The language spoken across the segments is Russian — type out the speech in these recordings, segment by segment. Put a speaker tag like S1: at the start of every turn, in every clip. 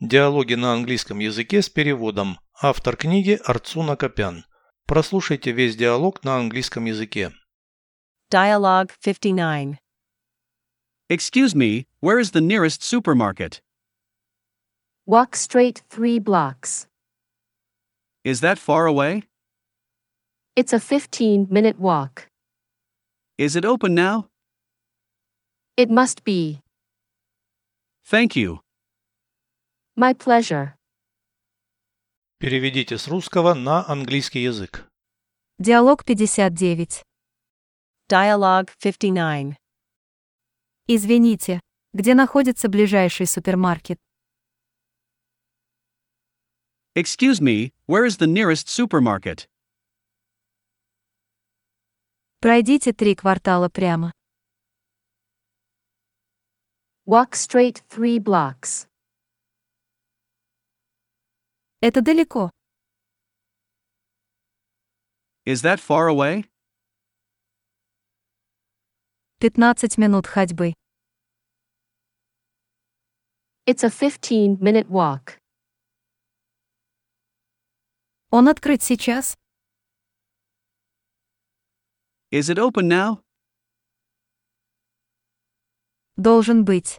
S1: Диалоги на английском языке с переводом. Автор книги Арцуна Копян. Прослушайте весь диалог на английском языке.
S2: Dialogue 59.
S3: Excuse me, where is the nearest supermarket?
S4: Walk straight three blocks.
S3: Is that far away?
S4: It's a 15 minute walk.
S3: Is it open now?
S4: It must be.
S3: Thank you.
S4: My pleasure.
S1: Переведите с русского на английский язык.
S5: Диалог 59.
S2: Dialogue 59.
S5: Извините, где находится ближайший супермаркет?
S3: Excuse me, where is the nearest supermarket?
S5: Пройдите три квартала прямо.
S4: Walk straight three blocks.
S5: Это далеко.
S3: Is that far away?
S5: 15 минут ходьбы.
S4: It's a 15 minute walk.
S5: Он открыт сейчас?
S3: Is it open now?
S5: Должен быть.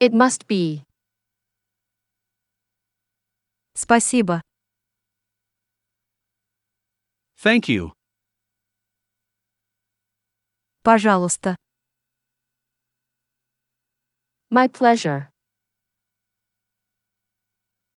S4: It must be.
S5: Спасибо.
S3: Thank you.
S5: Пожалуйста.
S4: My pleasure.